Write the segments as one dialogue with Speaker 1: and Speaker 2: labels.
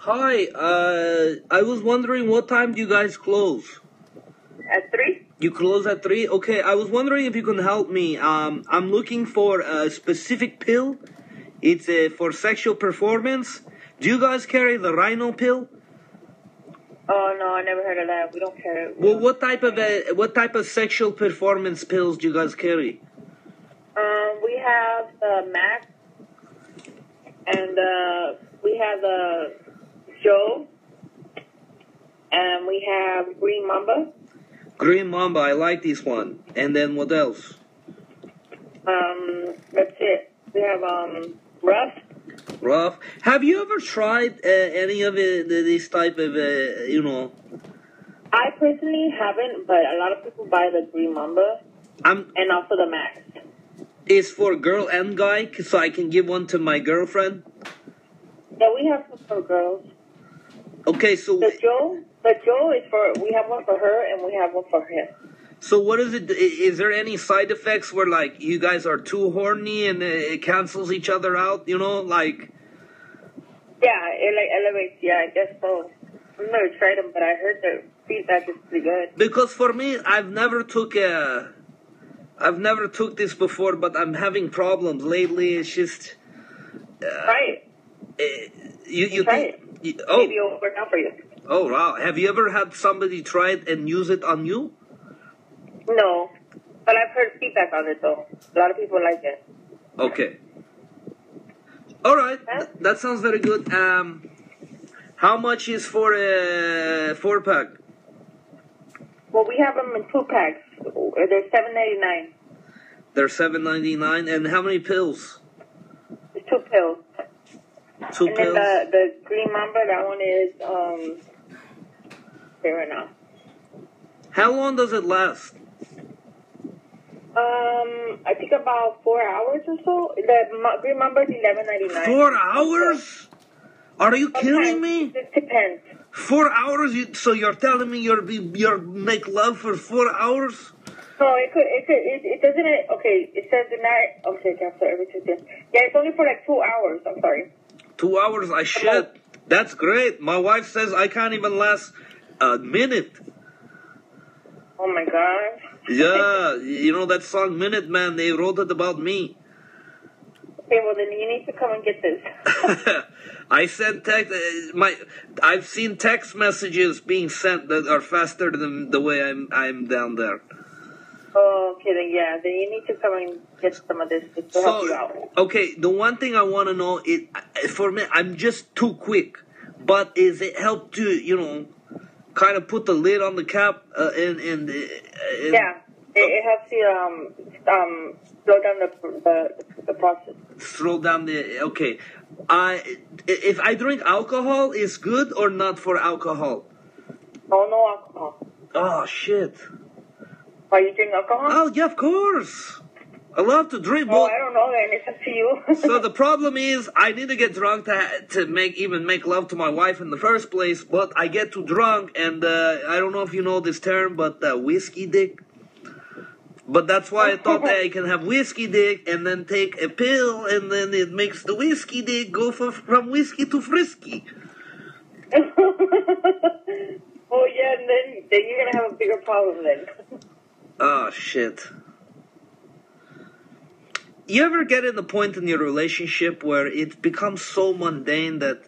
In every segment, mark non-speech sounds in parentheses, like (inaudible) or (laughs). Speaker 1: Hi, uh, I was wondering what time do you guys close?
Speaker 2: At three?
Speaker 1: You close at 3? Okay, I was wondering if you can help me. Um, I'm looking for a specific pill. It's uh, for sexual performance. Do you guys carry the rhino pill?
Speaker 2: Oh no, I never heard of that. We don't care. We
Speaker 1: Well,
Speaker 2: don't-
Speaker 1: what type of uh, what type of sexual performance pills do you guys carry?
Speaker 2: Um, we have the Mac, and uh, we have the Joe, and we have Green Mamba.
Speaker 1: Green Mamba, I like this one. And then what else?
Speaker 2: Um, that's it. We have um Ruff.
Speaker 1: Rough. Have you ever tried uh, any of uh, this type of uh, you know?
Speaker 2: I personally haven't, but a lot of people buy the Green Mamba
Speaker 1: I'm
Speaker 2: and also the Max.
Speaker 1: It's for girl and guy, so I can give one to my girlfriend.
Speaker 2: Yeah, we have some for girls.
Speaker 1: Okay, so
Speaker 2: The Joe, the Joe is for we have one for her and we have one for him.
Speaker 1: so what is it? i- Is there any side effects where like you guys are too horny and uh, it cancels each other out? You know, like
Speaker 2: Yeah, it like elevates. Yeah, I guess so. I've never tried them, but I heard their feedback is pretty good.
Speaker 1: because for me, I've never took a, I've never took this before, but I'm having problems lately. It's just
Speaker 2: Try it.
Speaker 1: uh, you you
Speaker 2: Try
Speaker 1: think
Speaker 2: it.
Speaker 1: you-
Speaker 2: Maybe
Speaker 1: oh
Speaker 2: it'll work out for you.
Speaker 1: oh wow. Have you ever had somebody try it and use it on you?
Speaker 2: No, but I've heard feedback on it though. A lot of people like it.
Speaker 1: Okay. All right.
Speaker 2: Huh?
Speaker 1: Th- that sounds very good. Um, how much is for a four pack?
Speaker 2: Well, we have them in two packs. Uh, They're seven ninety nine.
Speaker 1: They're seven ninety nine. And how many pills?
Speaker 2: It's two pills.
Speaker 1: Two
Speaker 2: and then
Speaker 1: pills.
Speaker 2: the the green mamba, that one is um. Say right now.
Speaker 1: how long does it last?
Speaker 2: Um, I think about four hours or so. The mo- green mamba is eleven ninety nine.
Speaker 1: Four hours? Are you killing me?
Speaker 2: It depends.
Speaker 1: Four hours? You, so you're telling me you're you're make love for four hours?
Speaker 2: No, it could, it could, it, it doesn't, okay, it says the night, okay, cancel every Tuesday. Yeah, it's only for like two hours, I'm sorry.
Speaker 1: Two hours? I shit. That's great. My wife says I can't even last a minute.
Speaker 2: Oh my god.
Speaker 1: Yeah, you know that song Minute Man, they wrote it about me. (laughs)
Speaker 2: Okay, well then you need to come and get this.
Speaker 1: I sent text uh, my I've seen text messages being sent that are faster than the way I'm I'm down there.
Speaker 2: Oh, okay, then yeah, then you need to come and get some of this to help you out.
Speaker 1: So okay, the one thing I want to know is uh, for me I'm just too quick, but is it help to you know kind of put the lid on the cap uh, and and, uh, and
Speaker 2: Yeah, it, it helps you, um, um, slow down the, the, the process.
Speaker 1: throw down the okay. I if I drink alcohol is good or not for alcohol?
Speaker 2: Oh, no alcohol.
Speaker 1: Oh shit.
Speaker 2: Are you drinking alcohol?
Speaker 1: Oh yeah, of course. I love to drink.
Speaker 2: Oh,
Speaker 1: Well,
Speaker 2: I don't know then, it's up to you.
Speaker 1: so the problem is, I need to get drunk to to make even make love to my wife in the first place. But I get too drunk, and uh, I don't know if you know this term, but uh, whiskey dick. But that's why I thought that I can have whiskey dick and then take a pill, and then it makes the whiskey dick go from, from whiskey to frisky.
Speaker 2: (laughs) oh yeah, and then, then you're gonna have a bigger problem then.
Speaker 1: Oh shit. You ever get in the point in your relationship where it becomes so mundane that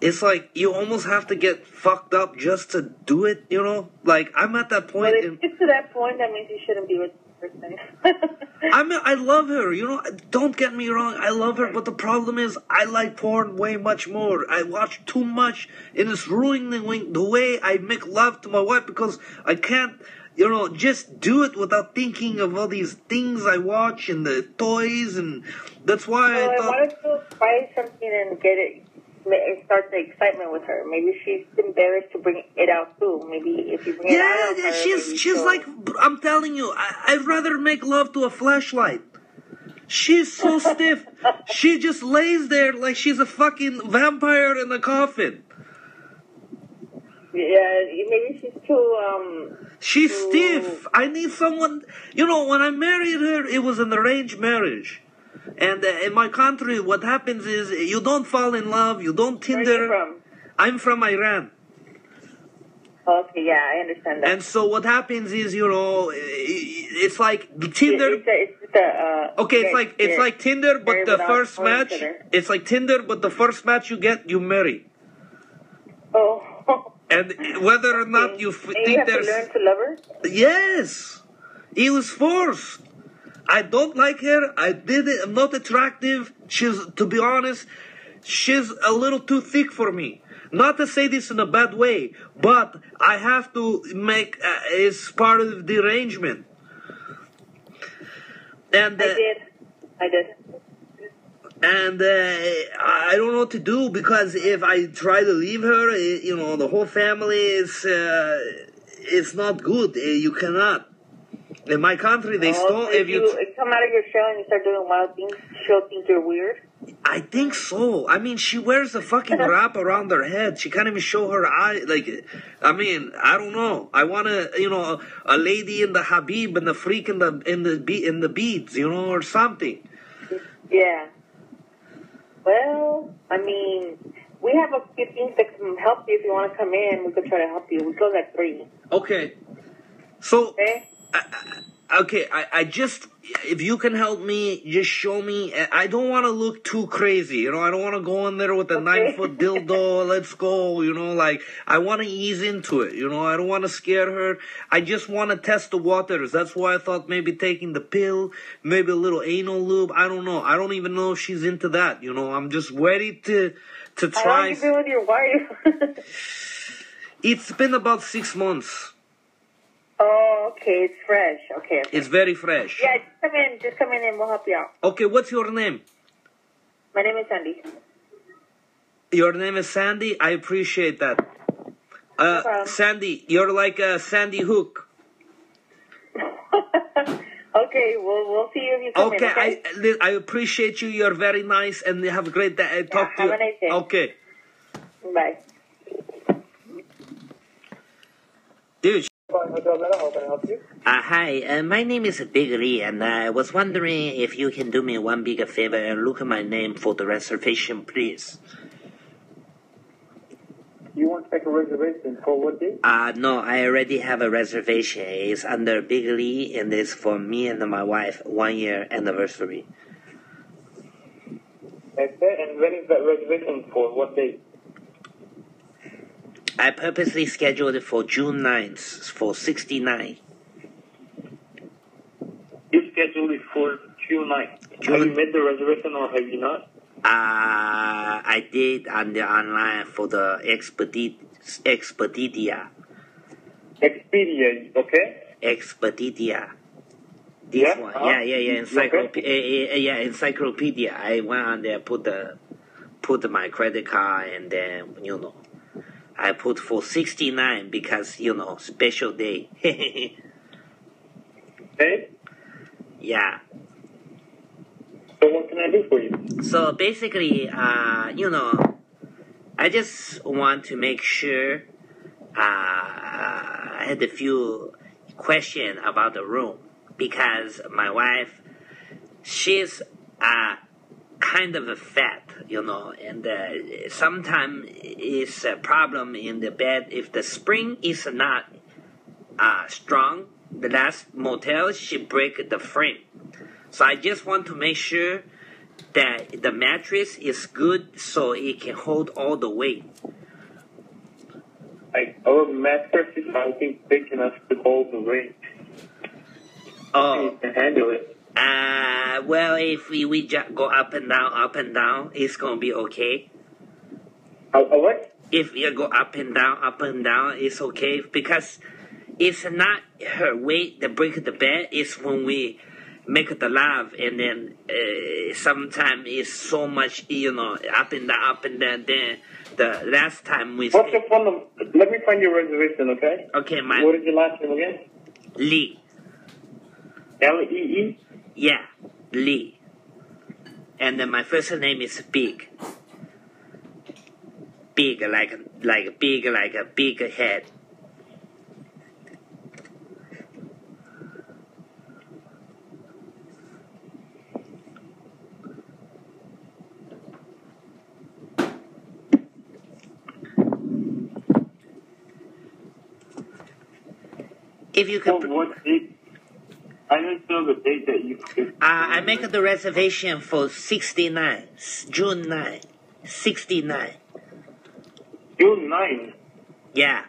Speaker 1: it's like you almost have to get fucked up just to do it, you know? Like I'm at that
Speaker 2: But
Speaker 1: point
Speaker 2: if
Speaker 1: in
Speaker 2: you get to that point, that means you shouldn't be with the person. (laughs)
Speaker 1: I mean, I love her. You know, don't get me wrong. I love her, but the problem is, I like porn way much more. I watch too much, and it's ruining the way I make love to my wife because I can't, you know, just do it without thinking of all these things I watch and the toys, and that's why
Speaker 2: so
Speaker 1: I
Speaker 2: I
Speaker 1: thought.
Speaker 2: wanted to buy something and get it ma- and start the excitement with her. Maybe she's embarrassed to bring it out too. Maybe if you bring it
Speaker 1: yeah,
Speaker 2: out, on
Speaker 1: yeah,
Speaker 2: her,
Speaker 1: she's
Speaker 2: maybe
Speaker 1: she's
Speaker 2: she'll-
Speaker 1: like I'm telling you, I, I'd rather make love to a flashlight. She's so stiff.
Speaker 2: (laughs)
Speaker 1: She just lays there like she's a fucking vampire in a coffin.
Speaker 2: yeah, maybe she's too um.
Speaker 1: She's
Speaker 2: Ooh.
Speaker 1: stiff. I need someone. You know, when I married her, it was an arranged marriage. And uh, in my country, what happens is you don't fall in love, you don't
Speaker 2: Where are you
Speaker 1: Tinder.
Speaker 2: from?
Speaker 1: I'm from Iran.
Speaker 2: Okay, yeah, I understand that.
Speaker 1: And so what happens is, you know, i- i- it's like Tinder.
Speaker 2: It's, a, it's just a, uh,
Speaker 1: Okay, it's
Speaker 2: yeah,
Speaker 1: like it's
Speaker 2: yeah.
Speaker 1: like Tinder,
Speaker 2: Marry
Speaker 1: but the
Speaker 2: without
Speaker 1: first
Speaker 2: knowing
Speaker 1: match,
Speaker 2: each other.
Speaker 1: it's like Tinder, but the first match you get, you marry.
Speaker 2: Oh.
Speaker 1: And whether or not (laughs) you f-
Speaker 2: And you
Speaker 1: think
Speaker 2: have to
Speaker 1: there's
Speaker 2: learn to love her.
Speaker 1: yes, he was forced. I don't like her. I did it. I'm not attractive. She's, to be honest, she's a little too thick for me. Not to say this in a bad way, but I have to make uh, it's part of the arrangement. And
Speaker 2: I
Speaker 1: uh,
Speaker 2: did. I did.
Speaker 1: and uh, I I don't know what to do because if I try to leave her, i you know, the whole family is uh, it's not good. Uh, You cannot. In my country, they
Speaker 2: Oh,
Speaker 1: stole.
Speaker 2: so
Speaker 1: If you,
Speaker 2: come out of your shell and you start doing wild things, she'll think you're weird.
Speaker 1: I think so. I mean, she wears a fucking wrap around her head. She can't even show her eye. Like, I mean, I don't know. I want to, you know, a lady in the habib and the freak in the in the be in the beads, you know, or something.
Speaker 2: Yeah. Well, I mean, we have a few things that can help you if you want to come in. We could try to help you. We close at three.
Speaker 1: Okay. So
Speaker 2: Okay.
Speaker 1: Okay, I, I just if you can help me, just show me. I- I don't want to look too crazy, you know. I don't want to go in there with a
Speaker 2: Okay.
Speaker 1: nine foot dildo. Let's go, you know. Like I want to ease into it, you know. I don't want to scare her. I just want to test the waters. That's why I thought maybe taking the pill, maybe a little anal lube. I don't know. I don't even know if she's into that, you know. I'm just ready to to
Speaker 2: How long
Speaker 1: try.
Speaker 2: you been with your wife? (laughs)
Speaker 1: It's been about six months.
Speaker 2: oh, okay. It's fresh. Okay. okay.
Speaker 1: It's very fresh.
Speaker 2: Yeah, just come in. Just come in and we'll help you out.
Speaker 1: Okay, what's your name?
Speaker 2: My name is Sandy. (laughs)
Speaker 1: Your name is Sandy. I appreciate that. Uh,
Speaker 2: problem.
Speaker 1: Sandy, you're like a Sandy Hook.
Speaker 2: okay. Well, we'll see you if you come
Speaker 1: Okay,
Speaker 2: in. Okay.
Speaker 1: I li- I appreciate you. You're very nice, and you have a great day. I talk to
Speaker 2: have
Speaker 1: you.
Speaker 2: a nice day.
Speaker 1: Okay,
Speaker 2: Bye.
Speaker 1: dude. sh-
Speaker 3: How can I help you?
Speaker 4: Uh, hi, uh, my name is Big Lee, and I was wondering if you can do me one big favor and look at my name for the reservation, please.
Speaker 3: You want to make a reservation for what day?
Speaker 4: Uh, no, I already have a reservation. It's under Big Lee, and it's for me and my wife, one year anniversary.
Speaker 3: Okay, and when is that reservation for? What day?
Speaker 4: I purposely scheduled it for June 9th, for 69.
Speaker 3: You scheduled it for June 9th. Have you
Speaker 4: June-
Speaker 3: made the reservation or have you not?
Speaker 4: Uh, I did on the online for the Expedit- Expedia.
Speaker 3: Expedia, okay?
Speaker 4: Expedia. This
Speaker 3: Yeah,
Speaker 4: one,
Speaker 3: uh-huh.
Speaker 4: yeah, yeah, yeah.
Speaker 3: Okay.
Speaker 4: Encyclopedia, eh, yeah, encyclopedia. I went on there, put the, put my credit card, and then you know, I put for sixty nine because you know special day. (laughs)
Speaker 3: Okay.
Speaker 4: yeah.
Speaker 3: So what can I do for you?
Speaker 4: So basically, uh, you know, I just want to make sure. Uh, I had a few questions about the room because my wife, she's uh, kind of a fat, you know, and uh, sometimes it's a problem in the bed if the spring is not uh, strong. The last motel, she break the frame. So I just want to make sure that the mattress is good so it can hold all the weight.
Speaker 3: Like, our mattresses, I think, big enough to hold the weight.
Speaker 4: Oh,
Speaker 3: You can handle it.
Speaker 4: uh, well, if we, we just go up and down, up and down, it's gonna be okay.
Speaker 3: How, how what?
Speaker 4: If you go up and down, up and down, it's okay because it's not her weight that break the bed. It's when we make the love and then uh, sometimes it's so much, you know, up and down, up and down. Then the last time we
Speaker 3: What's your
Speaker 4: stayed,
Speaker 3: phone number? Let me find your reservation, okay?
Speaker 4: okay,
Speaker 3: What
Speaker 4: my
Speaker 3: is your last name again?
Speaker 4: Lee.
Speaker 3: L-E-E?
Speaker 4: Yeah, Lee. And then my first name is Big. Big like like big like a big head. If you
Speaker 3: Well,
Speaker 4: could, uh,
Speaker 3: what date? I didn't know the date that you could.
Speaker 4: I make the reservation for 69, June 9, 69.
Speaker 3: June 9.
Speaker 4: Yeah.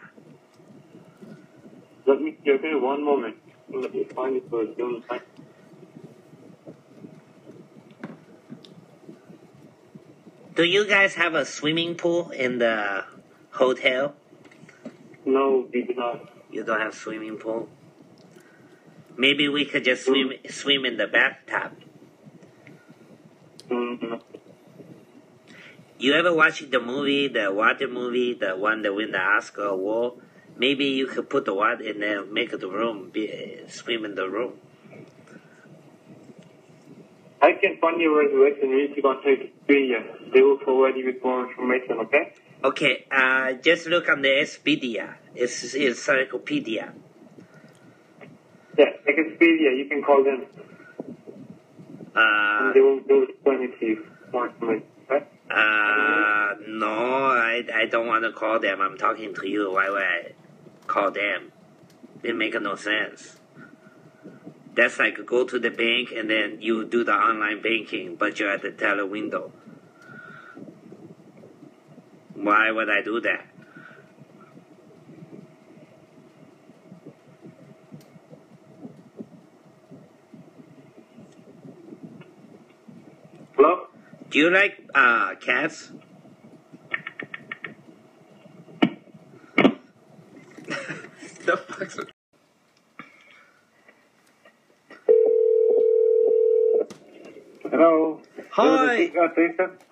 Speaker 3: Let me see. Okay, one moment. Let me find it for June 9.
Speaker 4: Do you guys have a swimming pool in the hotel?
Speaker 3: No, we did not.
Speaker 4: You don't have swimming pool. Maybe we could just swim swim in the bathtub.
Speaker 3: Mm,
Speaker 4: You ever watched the movie, the water movie, the one that win the Oscar award? Maybe you could put the water in there, make the room be, swim in the room.
Speaker 3: I can find your reservation. You need to contact Expedia. They will provide you with more information, okay?
Speaker 4: Okay, uh, just look on the Expedia. It's encyclopedia.
Speaker 3: Yeah, like Expedia, you can call them.
Speaker 4: Uh,
Speaker 3: and they will, they will explain it to you. More information, okay?
Speaker 4: uh, no, I, I don't want to call them. I'm talking to you. Why would I call them? It makes no sense. That's like go to the bank and then you do the online banking, but you're at the teller window. Why would I do that?
Speaker 3: Hello?
Speaker 4: Do you like uh, cats? (laughs)
Speaker 5: The fuck's
Speaker 3: Hello?
Speaker 1: Hi.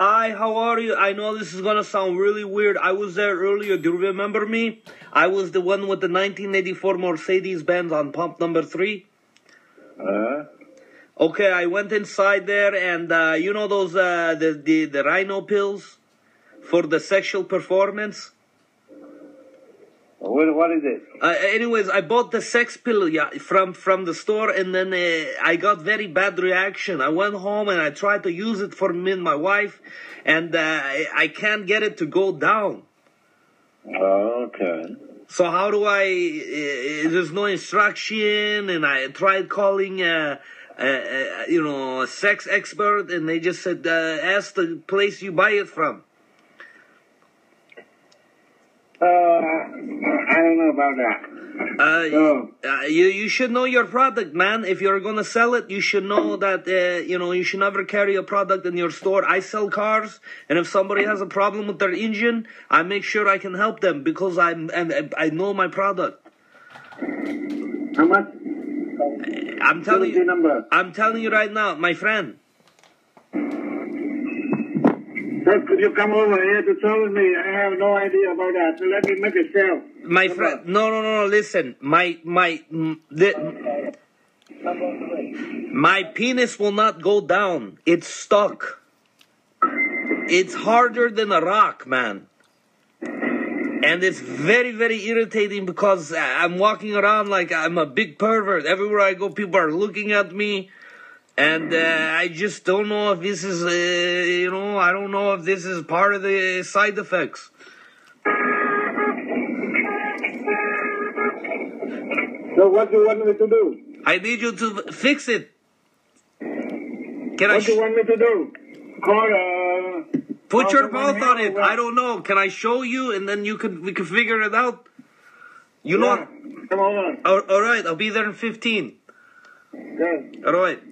Speaker 1: Hi, how are you? I know this is gonna sound really weird. I was there earlier. Do you remember me? I was the one with the 1984 Mercedes Benz on pump number three.
Speaker 6: Uh,
Speaker 1: Okay, I went inside there, and uh, you know those uh, the, the the rhino pills for the sexual performance.
Speaker 6: what, what is it?
Speaker 1: Uh, anyways, I bought the sex pill yeah, from from the store, and then uh, I got very bad reaction. I went home and I tried to use it for me and my wife, and uh, I, I can't get it to go down.
Speaker 6: Okay.
Speaker 1: So how do I? Uh, there's no instruction, and I tried calling, uh, uh, uh, you know, a sex expert, and they just said uh, ask the place you buy it from.
Speaker 6: Uh, I don't know about that.
Speaker 1: Uh,
Speaker 6: Oh.
Speaker 1: uh, you you should know your product, man. If you're gonna sell it, you should know that uh, you know you should never carry a product in your store. I sell cars, and if somebody has a problem with their engine, I make sure I can help them because I'm and and I know my product.
Speaker 6: How much?
Speaker 1: I'm
Speaker 6: Tell
Speaker 1: telling
Speaker 6: me
Speaker 1: you,
Speaker 6: the number.
Speaker 1: I'm telling you right now, my friend.
Speaker 6: Sir, could you come over here to talk with me? I have no idea about that. So let me make a sale.
Speaker 1: My friend, no, no, no, no. Listen, my my mm, the, my penis will not go down. It's stuck. It's harder than a rock, man. And it's very, very irritating because I- I'm walking around like I'm a big pervert. Everywhere I go, people are looking at me. And uh, I just don't know if this is, uh, you know, I don't know if this is part of the side effects.
Speaker 6: So what do you want me to do?
Speaker 1: I need you to fix it. Can I
Speaker 6: What do
Speaker 1: sh-
Speaker 6: you want me to do? Call, uh...
Speaker 1: put
Speaker 6: Oh,
Speaker 1: your
Speaker 6: the
Speaker 1: mouth
Speaker 6: one
Speaker 1: on
Speaker 6: here,
Speaker 1: it?
Speaker 6: well-
Speaker 1: I don't know. Can I show you and then you could we can figure it out? You
Speaker 6: yeah,
Speaker 1: know.
Speaker 6: Come on.
Speaker 1: All, all right, I'll be there in fifteen.
Speaker 6: Yes.
Speaker 1: All right.